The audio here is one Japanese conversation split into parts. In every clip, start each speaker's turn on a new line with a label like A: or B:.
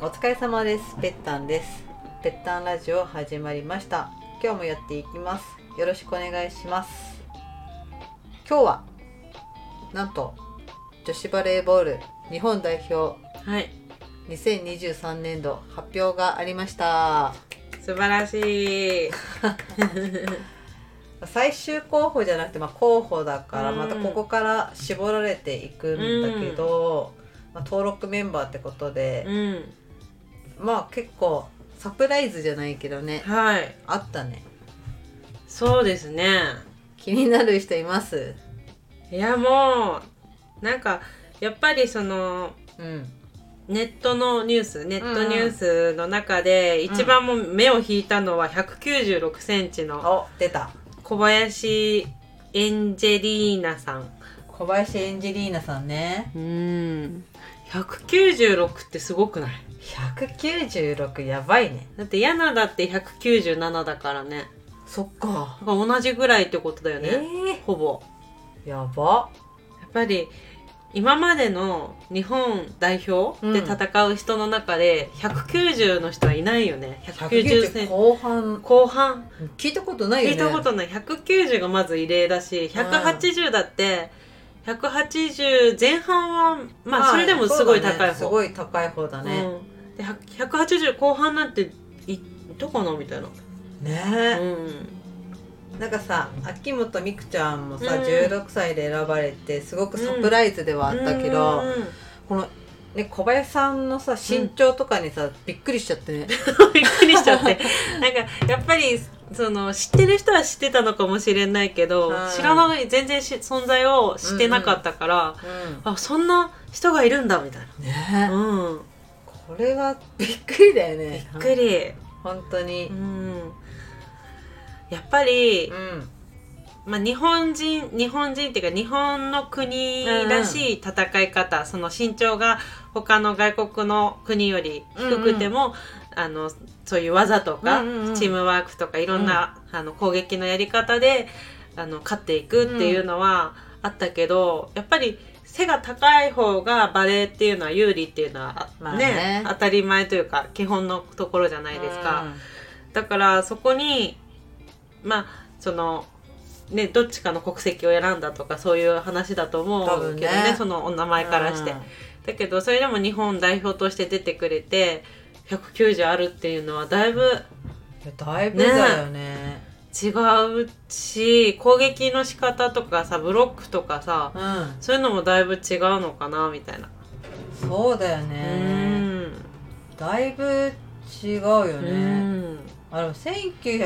A: お疲れ様ですぺったんですぺったんラジオ始まりました今日もやっていきますよろしくお願いします今日はなんと女子バレーボール日本代表
B: はい、
A: 2023年度発表がありました
B: 素晴らしい。
A: 最終候補じゃなくて、まあ、候補だから
B: うん
A: またここから絞られていくんだけど、まあ、登録メンバーってことで、
B: うん、
A: まあ結構サプライズじゃないけどね
B: はい、
A: あったね
B: そうですね。
A: 気になる人います
B: いやもうなんかやっぱりその
A: うん
B: ネットのニュース、ネットニュースの中で一番もう目を引いたのは196センチの
A: お出た
B: 小林エンジェリーナさん。
A: 小林エンジェリーナさんね
B: うん、196ってすごくない？
A: 196やばいね
B: だってヤナだって197だからね。
A: そっか
B: だから同じぐらいってことだよ
A: え
B: ね。ほぼ。
A: ー、やば
B: やっぱり今までの日本代表で戦う人の中で190の人はいないよね190
A: 190
B: 戦
A: 後半
B: 後半
A: 聞いたことないよね
B: 聞いたことない190がまず異例だし180だって180前半はまあそれでもすごい高い
A: そうだねす
B: 方
A: ごい高い方だね、
B: うんで100 180後半なんていどこのみたいな
A: ね
B: う
A: なんかさ秋元美空ちゃんもさ、
B: うん
A: 16歳で選ばれてすごくサプライズではあ
B: ん
A: ったけど、
B: うん
A: この、ね、小林さんのさ身長とかにさ、びっくりしちゃってね
B: びっくりしちゃってなんかやっぱりその知ってる人は知ってたのかもしれないけど
A: はい
B: 知らない全然し存在を知ってなかったから、あそんな人がいるんだみたい
A: ね
B: な、うん、
A: これはびっくりだよ
B: びっ
A: ね
B: くり、
A: 本当に
B: うん、やっぱり
A: う、ん
B: まあ、日本人日本人っていうか日本の国らしい戦い方、その身長が他の外国の国より低くても、あのそういう技とか、
A: うんうんうん
B: チームワークとかいろんな、あの攻撃のやり方であの勝っていくっていうのはあったけど、やっぱり背が高い方がバレーっていうのは有利っていうのは、
A: まあね
B: ね当たり前というか基本のところじゃないですか。だからそこにまあそのねどっちかの国籍を選んだとかそういう話だと思
A: 多
B: う
A: 分
B: け
A: ね
B: どねそのお名前からして、
A: うん
B: だけどそれでも日本代表として出てくれて190あるっていうのはだいぶ
A: いやだいぶだよね
B: 違うし攻撃の仕方とかさブロックとかさ
A: うん
B: そういうのもだいぶ違うのかなみたいな、
A: そうだよねだいぶ違うよ
B: うん、
A: ねあの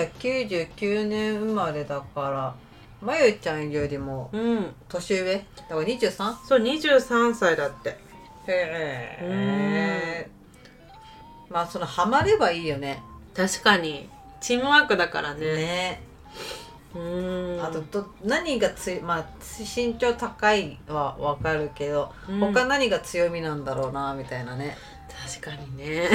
A: 1999年生まれだからまゆちゃんよりも
B: うん、うん、
A: 年上だから 23?
B: そう23歳だって
A: へえまあそのハマればいいよね
B: 確かにチームワークだから
A: ね
B: うーん
A: あとど何がついまあ身長高いはわかるけど
B: うん
A: 他何が強みなんだろうなみたいなね
B: 確か にね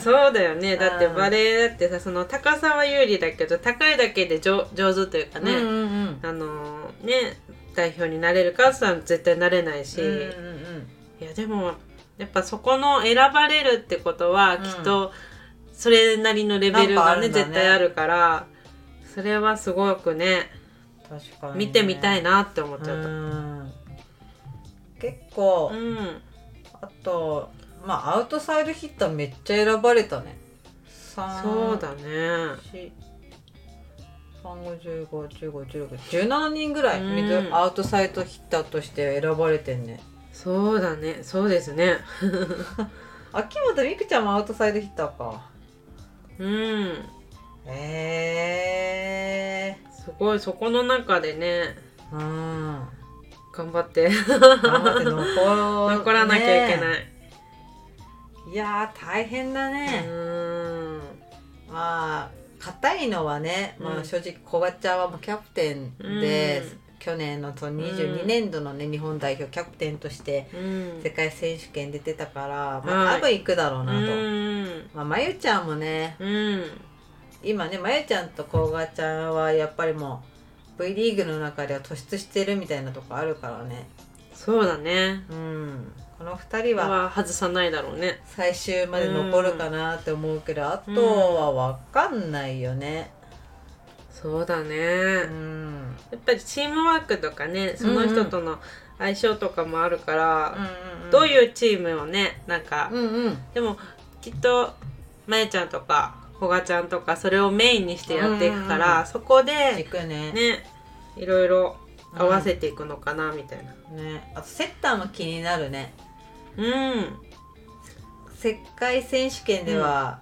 B: そうだよねだって
A: うん
B: バレエだってさその高さは有利だけど高いだけで上上手というかね、
A: うんうんうん
B: あのーね代表になれるかさ絶対なれないし、
A: うんうんうん
B: いやでもやっぱそこの選ばれるってことは
A: うん
B: きっとそれなりのレベル
A: なんかある
B: がね
A: んだね
B: 絶対あるからそれはすごくね
A: 確かにね
B: 見てみたいなって思っちゃった。
A: うん結構
B: うん
A: あとまあアウトサイドヒッターめっちゃ選ばれたね3
B: そうだね。
A: 35151617人ぐらいミドル
B: うん
A: アウトサイドヒッターとして選ばれてんね
B: そうだね。そうですね。
A: 秋元美空ちゃんもアウトサイドヒッターか
B: うん。
A: へえ
B: すごい、そこの中でね、
A: ー、うん
B: 頑張って、
A: 頑張って残
B: 残らなきゃいけ
A: い
B: ない。
A: いやー大変だね、
B: うん。
A: まあ硬いのはね、ま
B: う
A: あ、
B: ん
A: 正直古賀ちゃんはもうキャプテンで、
B: うん
A: 去年のその
B: う
A: 22
B: ん
A: 年度のね、日本代表キャプテンとして
B: うん
A: 世。界選手権で出てたから、まあ、
B: はい
A: 多分行くだろう
B: う
A: なと。
B: ん。
A: まあ、まゆちゃんもね
B: うん。
A: 今ねまゆちゃんとこうがちゃんはやっぱりもう V リーグの中では突出してるみたいなとこあるからね
B: そうだね
A: うん、この2人は
B: は外さないだろうね
A: 最終まで残るかなって思うけど、あとは分かんないよね。
B: そうだ
A: う
B: ね
A: ん
B: やっぱりチームワークとかねその人との相性とかもあるから、どう
A: う
B: いうチームをねなんか、
A: んうん
B: でもきっとまえちゃんとかほがちゃんとかそれをメインにしてやっていくから、
A: うんうん
B: そこで
A: 軸ねね
B: ねいろいろ合わせていくのかなみたいな
A: ねあとセッターも気になるね
B: うん
A: 世界選手権では、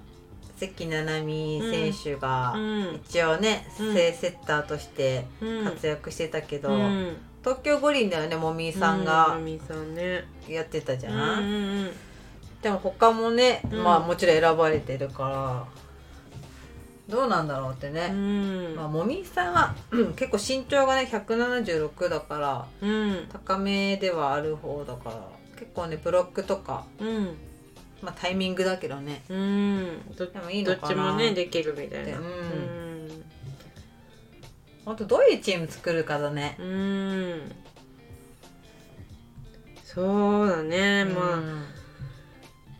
A: 関菜々巳選手が
B: うん
A: 一応ね、
B: うん
A: 正セッターとして
B: うん
A: 活躍してたけど、
B: うん
A: 東京五輪だよねもみ
B: う
A: さんが
B: まみさんね
A: やってたじ
B: う
A: ゃ
B: ん
A: ん、
B: うん
A: でも他もね、
B: うん
A: まあもちろん選ばれてるからどうなんだろうって
B: う
A: ね、
B: ん
A: まあ、もみさんは うん結構身長がね176だから
B: うん
A: 高めではある方だから結構ねブロックとか、
B: うん
A: まあ、タイミングだけどね
B: うんど
A: でもいい
B: ど
A: の
B: っ
A: かな
B: ちもねできるみたいな
A: うん
B: うん
A: あとどういうチーム作るかだね
B: うんそうだねまあ、
A: うん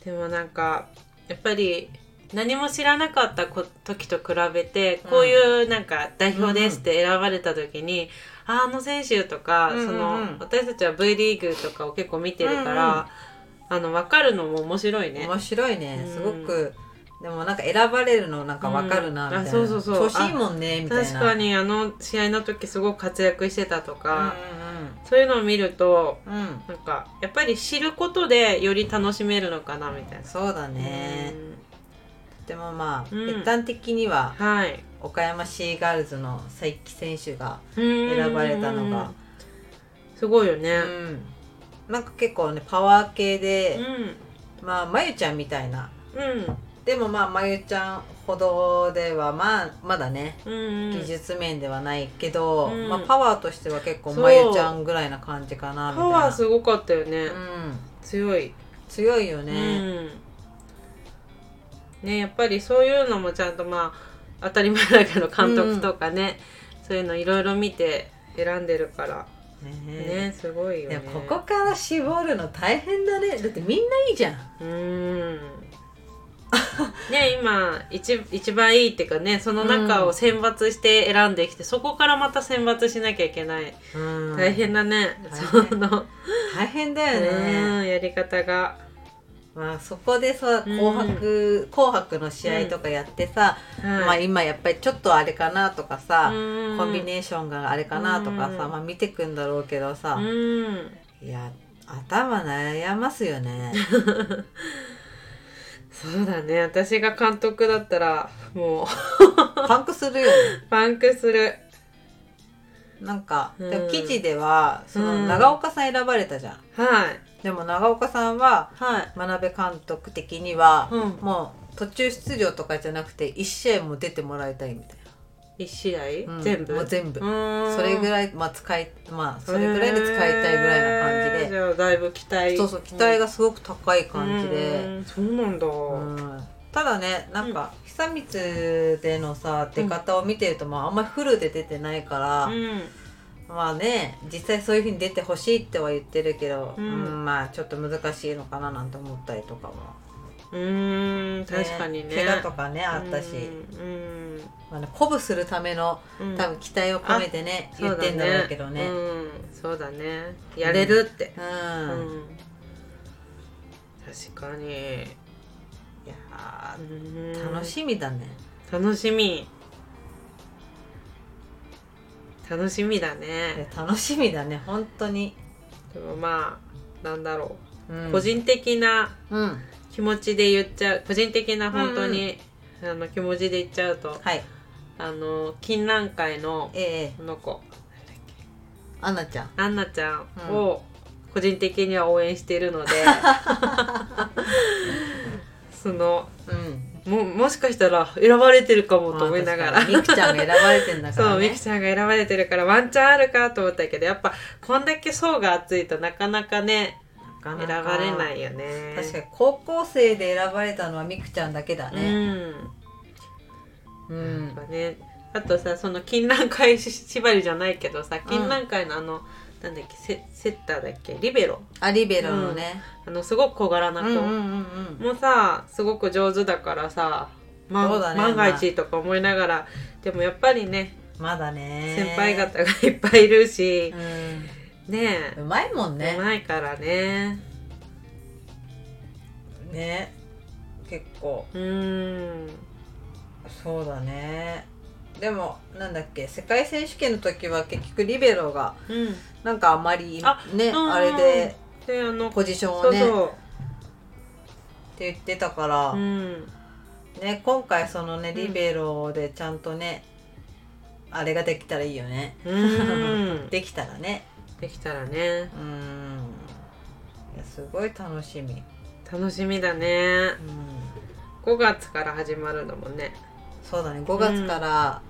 B: でもなんかやっぱり何も知らなかったこ時と比べて
A: うん
B: こういうなんか代表ですって選ばれた時に、ああの選手とか、
A: うんうんうん
B: その私たちは V リーグとかを結構見てるから、あの分かるのも面白いね。
A: 面白いね、
B: うん
A: すごくでもなんか選ばれるのなんかわかるな
B: う
A: み
B: ん
A: たいな、
B: あそうそうそ
A: 調
B: う
A: 子いいもんねみたいな
B: 確かにあの試合の時すごく活躍してたとか、
A: う
B: そういうのを見ると
A: んうんうん、うん、
B: なんかやっぱり知ることでより楽しめるのかなみたいな。
A: そうだね、とてもまあ、
B: うん
A: 一般的には
B: うんはい、
A: 岡山シーガールズの佐伯選手が、
B: 選
A: ばれたのが
B: すごいよ
A: う
B: ね。
A: ん、なんか結構ねパワー系で、
B: うん
A: まあまゆちゃんみたいな
B: うん
A: でもまあまゆちゃんほどではまあまだね
B: うん
A: 技術面ではないけど、
B: うん
A: まあ、パワーとしては結構
B: そう
A: まゆちゃんぐらいな感じかなみた
B: パ
A: いな
B: ワーすごかったよね、
A: うん、
B: 強い
A: 強いよね、
B: うん、ねやっぱりそういうのもちゃんとまあ当たり前だけど監督とかね、そういうのいろいろ見て選んでるから
A: ね
B: ねすごいよ
A: で
B: ね
A: もここから絞るの大変だねだってみんないいじゃん
B: うんね今一一番いいっていうかねその中を選抜して選んできて、そこからまた選抜しなきゃいけない、大変だね、
A: 大変
B: その、
A: 大変だよね、
B: うんやり方が
A: まあ、そこでさ「
B: うん
A: 紅白」紅白の試合とかやってさ、まあ、
B: い
A: 今やっぱりちょっとあれかなとかさ、コ
B: コ
A: ンビネーションがあれかなとかさ、
B: うん
A: まあ、見てくんだろうけどさ、
B: うん
A: いや頭悩ますよ ね
B: そうだね私が監督だったらも
A: パンクするよね
B: う パンクする
A: なんか、
B: うん
A: でも記事ではその
B: うん
A: 長岡さん選ばれたじゃん、
B: はい
A: でも長岡さんは
B: はい
A: 真鍋監督的には、
B: うん
A: もう途中出場とかじゃなくて1試合も出てもらいたいみたい
B: 一試合、
A: な、うん
B: 全部
A: もう全部、
B: うん
A: それぐらいまあ使いまあそれぐらいで使いたいぐらいな感
B: えー
A: じ
B: じ
A: で、
B: ゃあだいぶ期待
A: そうそう期待がすごく高い感じで、
B: うんそうなんだ、
A: うんただねなんか久光でのさ出方を見てると、まああんまりフルで出てないから、
B: うん
A: まあね実際そういうふうに出てほしいっては言ってるけど、
B: うん
A: うんまあちょっと難しいのかななんて思ったりとかも、
B: うん確かにね
A: 怪我とかねあったし、
B: うん
A: まあね、鼓舞するための
B: うん
A: 多分期待を込めてね、言ってんだろうけどね
B: そうだうん、そうだねやれるって、
A: うん、
B: うん確かに
A: いやー
B: 楽
A: 楽
B: し
A: しみだね
B: 楽しみ楽しみだね
A: いや楽しみだね本当に、
B: でもまあなんだろ
A: う
B: う、
A: ん、
B: 個人的な
A: うん
B: 気持ちで言っちゃう個人的な本当に、あの気持ちで言っちゃうと
A: はい
B: あの金蘭会の
A: ええ
B: この子
A: アンナちゃん
B: アンナちゃんを個人的には応援してい るので、その
A: うん
B: ももしかしたら選ばれてるかもと思いなが
A: まあ
B: ら
A: 確かにミクちゃんが選ばれてんだ から、ね、
B: そう、ミキちゃんが選ばれてるからワンチャンあるかと思ったけど、やっぱこんだけ層が厚いとなかなかね、
A: な
B: 選
A: かなか
B: ばれないよね。
A: 確かに高校生で選ばれたのはミクちゃんだけだねうん、
B: うん。やっぱね、あとさ、その金蘭会し縛りじゃないけどさ、金蘭会のあの、なんだっけセセッターだっけリベロ
A: アリベロのね、
B: あのすごく小柄な
A: う
B: 子、
A: んうんうん
B: もうさすごく上手だからさ、ま
A: そうだね
B: 万が一とか思いながらでもやっぱりね
A: まだね
B: 先輩方がいっぱいいるし、
A: う
B: ね
A: んうまいもん
B: え、
A: ね
B: うまいからね
A: ね結構
B: うーん
A: そうだねでもなんだっけ世界選手権の時は結局リベロが
B: うん
A: なんかあまりね
B: あ
A: あ,、
B: うん
A: れで
B: であの
A: ポジション
B: そ
A: を
B: う
A: ね
B: そ
A: って言ってたから、
B: う、うん、
A: ね今回そのね
B: ん
A: リベロでちゃんとね、あれができたらいいよね
B: うー んで
A: できたらね
B: できたらね
A: うんいやすごい楽しみ、
B: 楽しみだね
A: うん、
B: 5月から始まるのもんね
A: そうだね5月から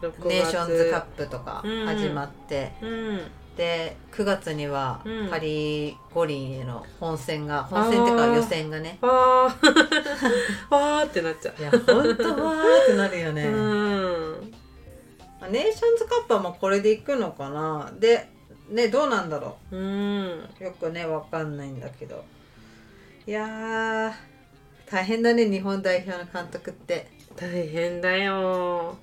B: 6月
A: ネーションズカップとか始まって、
B: うん
A: で9月には
B: うん
A: パリ五輪への本戦が本戦っていう
B: あ
A: か
B: ー
A: 予選がね
B: わーわーってなっちゃう
A: いやほんとわーってなるよね、
B: うん
A: ネーションズカップはもうこれでいくのかなでねどうなんだろ
B: うん
A: うよくねわかんないんだけどいやー大変だね日本代表の監督って
B: 大変だよ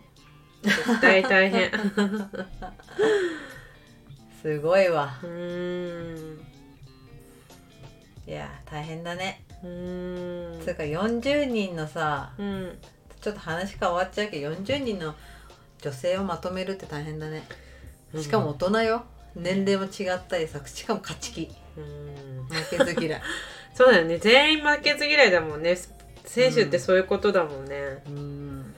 B: 絶対大 変
A: すごいわ
B: うん
A: いやー大変だね、
B: うん
A: つうか40人のさ
B: うん
A: ちょっと話変わっちゃうけど40人の女性をまとめるって大変だねしかも大人よ、年齢も違ったりさしかも勝ち気
B: うん
A: 負けず嫌い
B: そうだよね全員負けず嫌いだもんね選手ってそういうことだもんね
A: うん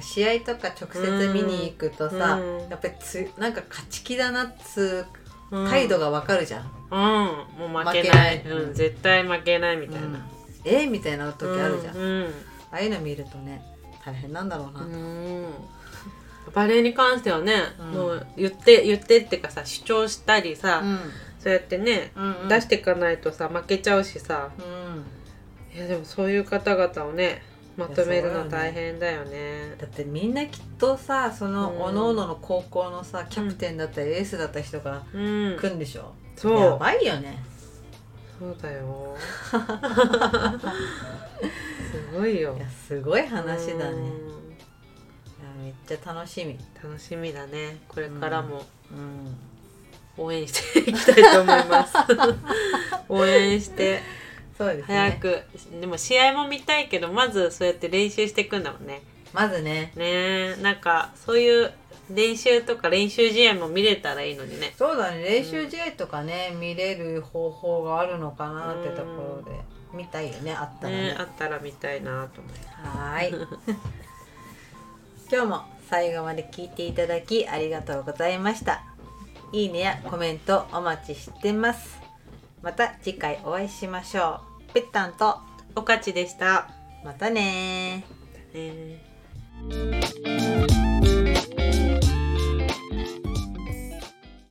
A: 試合とか直接見に行くとさ、
B: うん
A: やっぱりつなんか勝ち気だなっつ
B: う
A: うん態度がわかるじゃん、
B: うんもう負
A: 負
B: けない
A: けない
B: うん絶対負けないみ
A: み
B: た
A: た
B: い
A: いな
B: な
A: えみたいな時あるじゃん、
B: う
A: あ
B: ん
A: あいうの見るとね大変なんだろうな、
B: うんバレーに関してはね、
A: うん
B: もう言って言ってってかさ主張したりさ、そうやってね、
A: うん
B: 出していかないとさ負けちゃうしさ
A: うん
B: いやでもそういう方々をねまとめるの大変だよね。
A: だってみんなきっとさその
B: うん
A: 各々の高校のさキャプテンだったりエースだった人が
B: うん、
A: 来るんでしょ、や
B: そう
A: ばいよね
B: そう だよ。すごいよ
A: いや。すごい話だね、
B: う
A: い
B: ん
A: やめっちゃ楽しみ
B: 楽しみだね。これからも
A: うん
B: 応援していきたいと思 います。応援して
A: そうですね
B: 早く、でも試合も見たいけどまずそうやって練習していくんだもんね。
A: まずね
B: ねえなんかそういう練習とか練習試合も見れたらいいのにね。
A: そうだね練習試合とかね、見れる方法があるのかなってところで、見たいよねあったらね
B: ね、あったら見たいなと思って。
A: は ーい今日も最後まで聞いていただきありがとうございましたいいねやコメントお待ちしてますまた次回お会いしましょうぺったんと
B: おかちでした。
A: またねー
B: ねえ